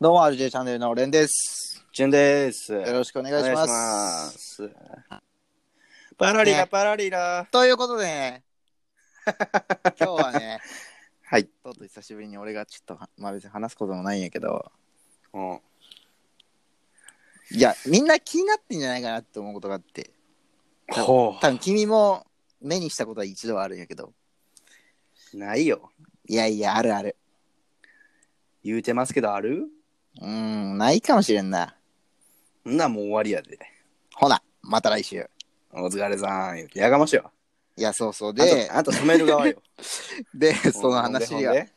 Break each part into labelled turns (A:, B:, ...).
A: どうも RJ チャンネルのレンです。
B: じゅんです。
A: よろしくお願
B: お
A: いします。
B: す。パラリラ
A: ね
B: パラリラ。
A: ということで ね、今日はね、
B: はい。
A: ちょっと久しぶりに俺がちょっと、まあ別に話すこともないんやけど、
B: うん。
A: いや、みんな気になってんじゃないかなって思うことがあって、
B: ほ
A: 多分君も目にしたことは一度はあるんやけど、
B: う。ないよ。
A: いやいや、あるある。
B: 言うてますけどある
A: うーん、ないかもしれんな。
B: んなもう終わりやで。
A: ほな、また来週。
B: お疲れさん。言うてやがましよ。
A: いや、そうそう。
B: で
A: で、、
B: あんた染める側よ。
A: で、 その話が、イ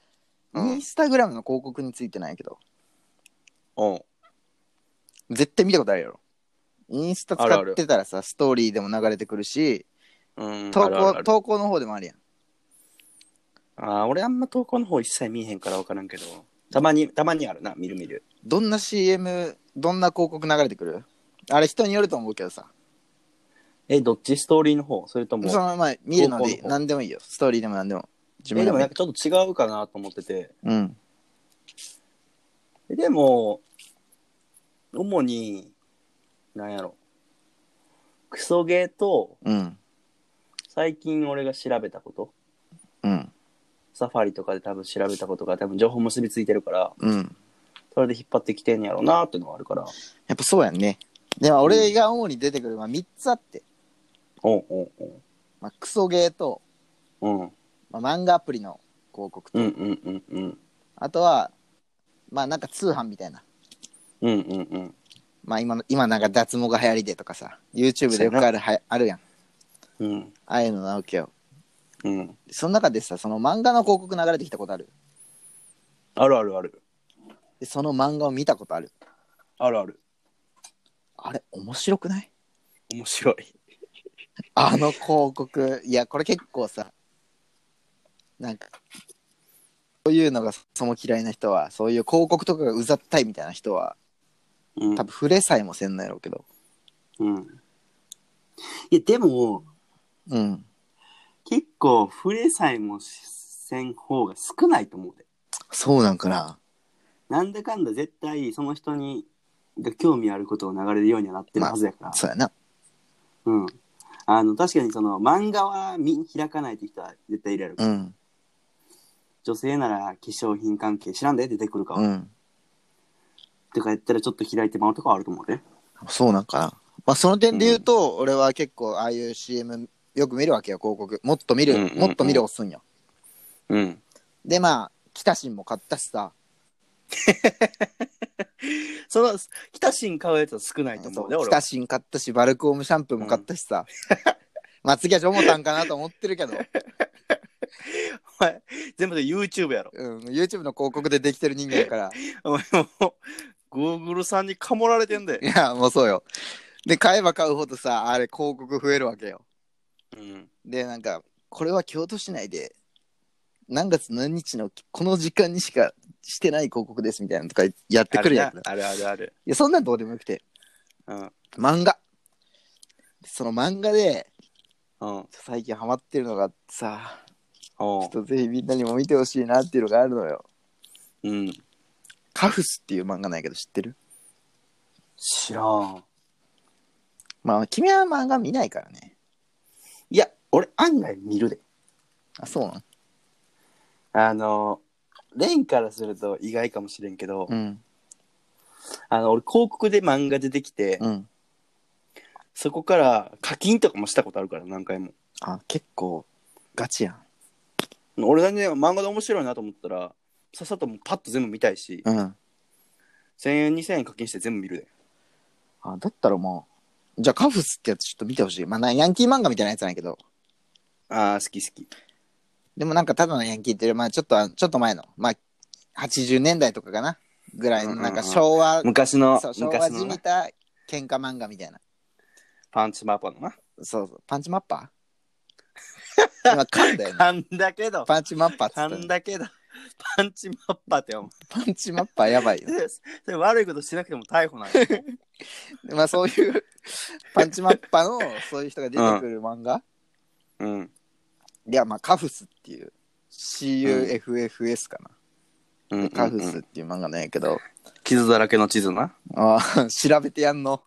B: ほんで
A: ンスタグラムの広告についてなんやけど、
B: ほんで
A: 絶対見たことあるやろ。インスタ使
B: あるある
A: ってたらさ、ストーリーでも流れてくるし、
B: うん。うん。
A: 投
B: あるあるあ
A: 稿
B: る
A: 投稿の方でもあるやん。
B: あー俺あんま投稿の方一切見えへんから分からんけど。たまに、たまにあるな。見る見る。
A: どんな CM、どんな広告流れてくるあれ人によると思うけどさ。
B: え、どっちストーリーの方それとも。
A: その前、見るの
B: 投
A: で
B: 稿の方
A: 何でもいいよ。ストーリーでも何でも。自
B: え、
A: 分
B: で
A: で
B: も
A: も
B: なんかちょっと違うかなと思ってて。
A: うん。
B: えでも、主に、なんやろ。クソゲーと、
A: うん。
B: 最近俺が調べたこと、
A: うん。
B: サファリとかで多分調べたことが多分情報結びついてるから、
A: うん。
B: それで引っ張ってきてんやろうなっていうのはあるから。
A: やっぱそうやんね。でも俺が主に出てくるのは3つあって。
B: おうおう
A: まあ、クソゲーと、
B: おううん。
A: まあ、漫画アプリの広告と、
B: うんうんうんうん。
A: あとは、まあなんか通販みたいな。
B: うんうんうん。
A: まあ今の、今なんか脱毛が流行りでとかさ、YouTube でよくあるはやあるやん。
B: うん
A: ああいうのなわけよ。
B: うん。
A: その中でさ、その漫画の広告流れてきたことある
B: あるあるある。
A: で、その漫画を見たことある
B: あるある。
A: あれ、面白くない
B: 面白い。
A: あの広告。いや、これ結構さ、なんか、そういうのがそも嫌いな人は、そういう広告とかがうざったいみたいな人は、
B: うん
A: 多分触れさえもせんのやろうけど。
B: うん。いや、でも、
A: うん。
B: 結構、触れさえもせん方が少ないと思うで。
A: そうなんかな。
B: なんだかんだ絶対その人にが興味あることを流れるようにはなってるはずやから、
A: そうやな。
B: うん、あの確かにその漫画は見開かないって人は絶対いるやろ、
A: うん。
B: 女性なら化粧品関係知らんで出てくるか、
A: うん。
B: とかやったらちょっと開いてまうとかはあると思うね
A: そうなんかな。まあ、その点で言うと、俺は結構、ああいう CM よく見るわけよ、広告。もっと見る、
B: うんうんうん
A: もっと見る押すんよ。
B: うん
A: で、まあ、北新も買ったしさ、
B: その北新買うやつは少ないと思うね俺
A: 北新買ったし、バルクオムシャンプーも買ったしさ。まあ、次はジョモタンかなと思ってるけど、
B: 全部で YouTube やろ
A: うん、YouTube の広告でできてる人間だから。
B: お前もう Google さんにかもられてん
A: い
B: で、
A: や、もうそうよ。で、買えば買うほどさ、あれ、広告増えるわけよ。
B: うん、
A: で、なんか、これは京都市内で、何月何日のこの時間にしかしてない広告ですみたいなのとかやってくるやん。
B: あるあるある
A: いや、そんなんどうでもよくて。
B: うん
A: 漫画。その漫画で、
B: うん
A: 最近ハマってるのがあってさ、ちょ
B: お
A: っとぜひみんなにも見てほしいなっていうのがあるのよ。
B: ううん
A: カフスっていう漫画なんやけど知ってる
B: 知らん
A: まあ、君は漫画見ないからね。
B: いや俺案外見るで
A: あ、そうなん
B: あの、レンからすると意外かもしれんけど、
A: うん。
B: あの、俺広告で漫画出てきて、
A: うん。
B: そこから課金とかもしたことあるから、何回も。
A: あ、結構、ガチやん。
B: 俺だね、漫画で面白いなと思ったら、さっさともうパッと全部見たいし、
A: うん。
B: 1000円、2000円課金して全部見るで。
A: あ、だったらもう、じゃあカフスってやつちょっと見てほしい。まあ、なヤンキー漫画みたいなやつなんやけど、
B: ああ、好き好き。
A: でもなんかただのヤンキーっていうよりまあ、ちょっと、ちょっと前の、まあ、80年代とかかなぐらいの、なんか昭和、
B: 昔の、
A: そう昭和
B: 昔
A: じ
B: の
A: み
B: な
A: た喧嘩漫画みたいな。
B: パンチマッパのな。
A: そうそう。パンチマッパ ー今噛んだよね。
B: んだけど、
A: パンチマッパーっつった
B: 噛
A: よね
B: んだけど、パンチマッパって思
A: パンチマッパーやばい よ。
B: う。それ悪いことしなくても逮 捕なんだ。
A: まあそういうパンチマッパーのそういう人が出てくる漫画、
B: うん。
A: ではまあカフスっていう CUFFS かな、
B: うん
A: カフスっていう漫画なんやけど、
B: 傷だらけの地図な。
A: ああ調べてやん の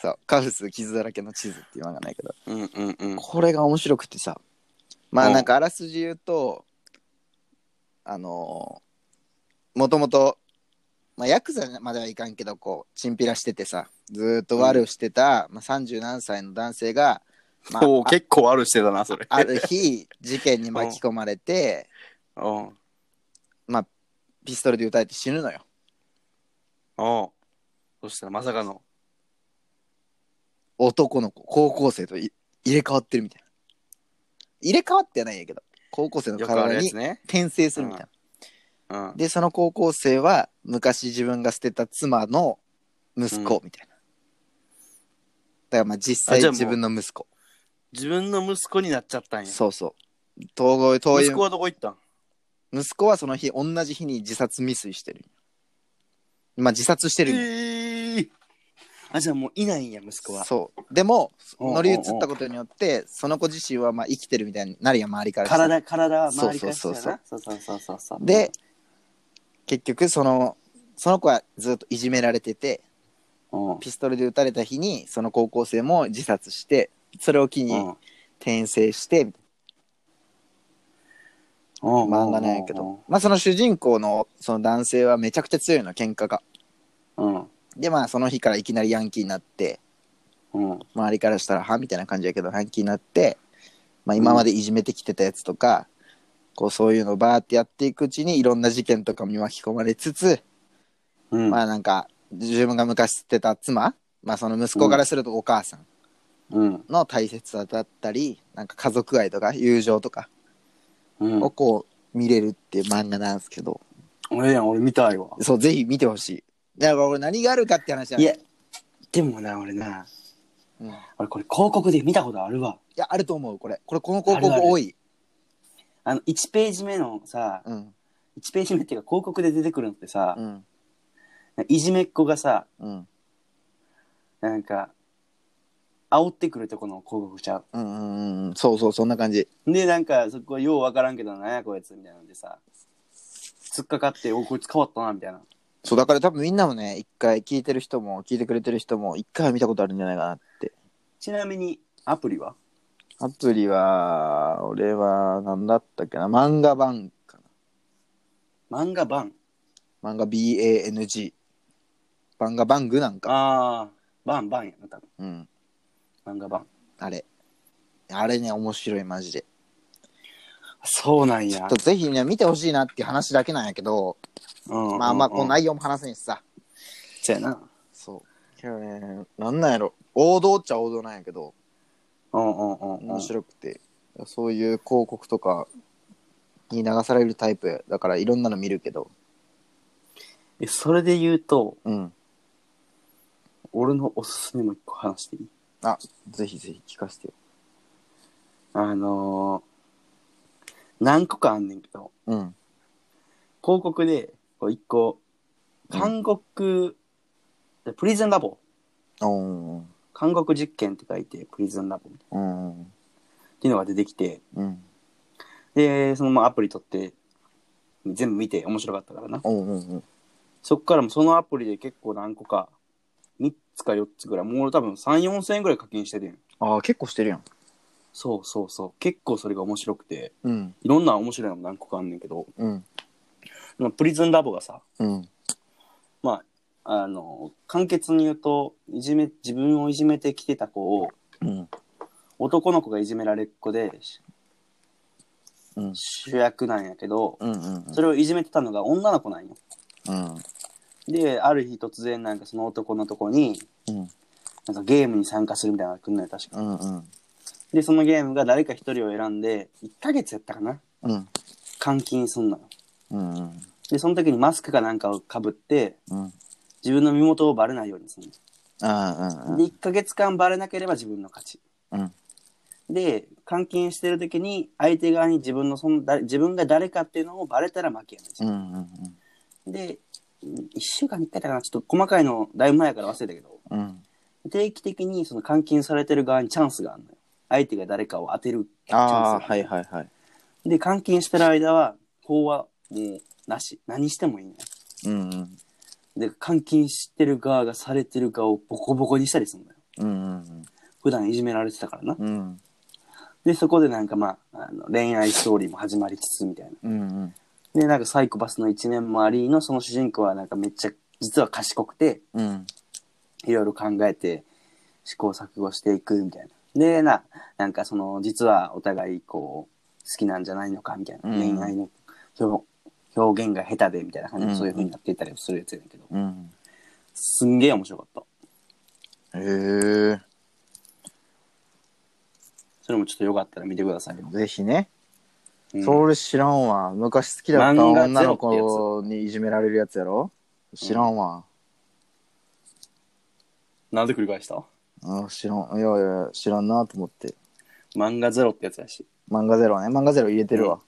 A: そうカフス傷だらけの地図って言わないけど
B: うんうんうん。
A: これが面白くてさまあ
B: うん
A: なんかあらすじ言うと、あのー、もともと、まあ、ヤクザまではいかんけどこうチンピラしててさずーっと悪をしてた、まあ、30何歳の男性が、まあ
B: おお、結構あるしてだな、それ。
A: あある日事件に巻き込まれて、
B: おう
A: まあ、ピストルで撃たれて死ぬのよ
B: おうそしたらまさかの。
A: 男の子高校生とい入れ替わってるみたいな入れ替わってはないんやけど高校生の
B: よくある
A: 体
B: や
A: に
B: つね。
A: 転生するみたいな、
B: うん。
A: でその高校生は昔自分が捨てた妻の息子みたいな、だからまあ実
B: あ
A: 際
B: じゃあもう
A: 自分の息子
B: 自分の息子になっちゃったんや。
A: そうそう遠い遠い
B: 息子はどこ行ったん
A: 息子はその日同じ日に自殺未遂してるまあ自殺して
B: え
A: るんよ
B: ーあ、じゃあもういないんや、息子は。
A: そうでも
B: おうおうおう
A: 乗り移ったことによってその子自身はまあ生きてるみたいになるやん周りからしたら
B: 体、体は周りから
A: そうそう
B: した
A: そう
B: らなそうそうそうそうそう。
A: で、結局そのその子はずっといじめられてて
B: うん。
A: ピストルで撃たれた日にその高校生も自殺してそれを機
B: う
A: に
B: ん
A: 転生して漫画なんやけど。まあその主人公のその男性はめちゃくちゃ強いの喧嘩が
B: うん。
A: でまあその日からいきなりヤンキーになって
B: うん。
A: 周りからしたらはみたいな感じやけどヤンキーになって、まあ、今までいじめてきてたやつとか、こうそういうのをバーってやっていくうちにいろんな事件とかに巻き込まれつつ
B: うん。
A: まあなんか自分が昔捨てた妻、まあ、その息子からするとお母さん
B: うん。
A: の大切さだったりなんか家族愛とか友情とか
B: うん
A: を。こう見れるっていう漫画なんですけど、
B: 俺やん、俺見たいわ。
A: そうぜひ見てほしいだから俺何があるかって話じゃないい、
B: や、でもな、俺な、
A: うん、い
B: 俺これ広告で見たことあるわ。
A: やあると思うこれこれこの広
B: あるあ
A: 告
B: る
A: 多い
B: あの、1ページ目のさ、
A: うん
B: 1ページ目っていうか広告で出てくるのってさ
A: う、ん
B: いじめっ子がさ、
A: うん
B: なんか、煽ってくるとこの広告ちゃ
A: うんうんうんうんそうそうそんな感じ
B: う。で、なんか、そこようわからんけど、なんやこいつみたいなんでさ、突っかかって、お、こいつ変わったな、みたいな。
A: そうだから多分みんなもね一回聞いてる人も聞いてくれてる人も一回は見たことあるんじゃないかなって
B: ちなみに、アプリは
A: アプリは俺は何だったっけな漫画版か
B: 漫画版。
A: な漫画 BANG 漫画バングなんか
B: あー、版、版やな、多
A: うん
B: 分。漫画版。
A: あれあれね面白いマジで
B: そうなん
A: ちょ
B: や
A: っと。ぜひね見てほしいなっていう話だけなんやけどま
B: ま
A: あまあこの。内容も話せんしさ
B: そうやな。
A: そうけどねなんなんやろ王道っちゃ王道なんやけど
B: うんうんうんうん。
A: 面白くて、そういう広告とかに流されるタイプだからいろんなの見るけど
B: え、それで言うと、
A: うん
B: 俺のおすすめも一個話していい
A: あぜひぜひ聞かせてよ
B: あのー何個かあんねんけど、
A: うん
B: 広告で、こう一個、
A: うん
B: 韓国、プリズンラボ。
A: おー
B: 韓国実験って書いて、プリズンラボみたいな
A: うん
B: っていうのが出てきて、
A: うん
B: で、そのままアプリ取って、全部見て面白かったからな。
A: おうんうん
B: そっからもそのアプリで結構何個か、3つか4つぐらい、もう俺多分3、4千円ぐらい課金しててん。
A: ああ結構してるやん
B: そうそうそう。結構それが面白くて、
A: うん
B: いろんな面白いのも何個かあんねんけど、
A: うん
B: まあプリズンラボがさ、
A: うん
B: まあ、あの、簡潔に言うと、いじめ、自分をいじめてきてた子を、
A: うん
B: 男の子がいじめられっ子で、し
A: うん
B: 主役なんやけど、
A: うんうん
B: それをいじめてたのが女の子なんよ。
A: うん
B: で、ある日突然なんかその男のとこに、
A: うん
B: なんかゲームに参加するみたいなのが来んのよ、確か。
A: うんうん
B: で、そのゲームが誰か一人を選んで、1ヶ月やったかな
A: うん
B: 監禁すんのよ。
A: うんうん
B: で、その時にマスクかなんかをかぶって、
A: うん
B: 自分の身元をバレないようにするの。
A: ああうん
B: で1ヶ月間バレなければ自分の勝ち、
A: うん
B: で監禁してる時に相手側に自分のそのだ自分が誰かっていうのをバレたら負けやねん
A: うんうん
B: で1週間に1回だからちょっと細かいのだいぶ前やから忘れたけど
A: うんうん
B: 定期的にその監禁されてる側にチャンスがあるのよ相手が誰かを当てるチャンス
A: ああ
B: が
A: はいはいはい
B: で監禁してる間は法はもうなし何してもいいね
A: うんうん
B: で監禁してる側がされてる側をボコボコにしたりするんだよ
A: うん
B: 普段いじめられてたからな
A: うんうん
B: でそこでなんかまああの恋愛ストーリーも始まりつつみたいな
A: うんうん
B: でなんかサイコパスの一面もありのその主人公はなんかめっちゃ実は賢くて
A: うん
B: いろいろ考えて試行錯誤していくみたいな。でななんかその実はお互いこう好きなんじゃないのかみたいな、
A: うん
B: 恋愛の表表現が下手でみたいな感じ
A: うん
B: でそういう風になっていったりするやつやねんけど、
A: うん
B: すんげえ面白かった。
A: へえ
B: それもちょっとよかったら見てくださいよ。
A: ぜひね
B: うん
A: それ知らんわ昔好きだった
B: 漫画ゼロってやつ
A: 女の子にいじめられるやつやろ知らんわ
B: なんで繰り返した
A: あ知らんいやいや知らんなと思って
B: 漫画ゼロってやつやし。
A: 漫画ゼロね漫画ゼロ入れてるわ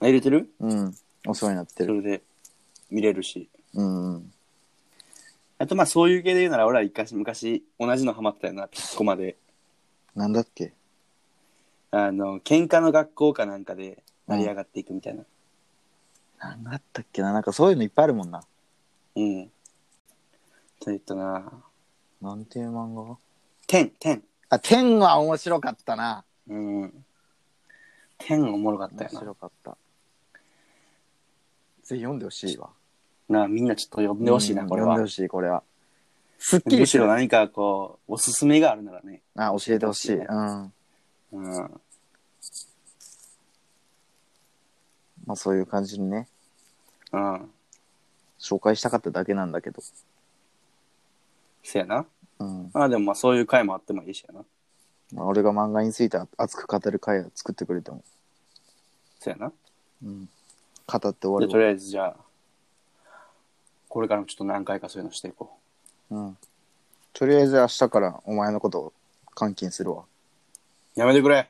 B: あ入れてる
A: うんお世話になって
B: そ
A: る
B: れで見れるし。
A: うんうん
B: あとまあそういう系で言うなら俺は一回昔同じのハマってたよな、ピッコマで。
A: なんだっけ
B: あの、喧嘩の学校かなんかで成り上がっていくみたいな。
A: なんだったっけななんかそういうのいっぱいあるもんな
B: うん。といったな。
A: なんていう漫画
B: 天、天。
A: あ天は面白かったな
B: うん。天おもろかった
A: 面
B: よな
A: 白。かったぜひ読んでほしいわ
B: なあみんなちょっと読んでほしいな、
A: うん
B: これ
A: 読んで
B: は
A: ほ。しいこれはすっき
B: む
A: り
B: し
A: す
B: ろ
A: る
B: 何かこう、おすすめがあるならね。
A: あ教えてほしいうんま
B: うん。
A: あそういう感じにね
B: うん。
A: 紹介したかっただけなんだけど
B: せやな。
A: うん
B: まあでもまあそういう回もあってもいいしやな。
A: まあ俺が漫画について熱く語る回を作ってくれても、
B: せやな。
A: うん、語って終わ
B: じゃ
A: るわ
B: あとりあえずじゃあ、これからもちょっと何回かそういうのしていこ
A: うん、とりあえず明日からお前のことを監禁するわ
B: う。やめてくれ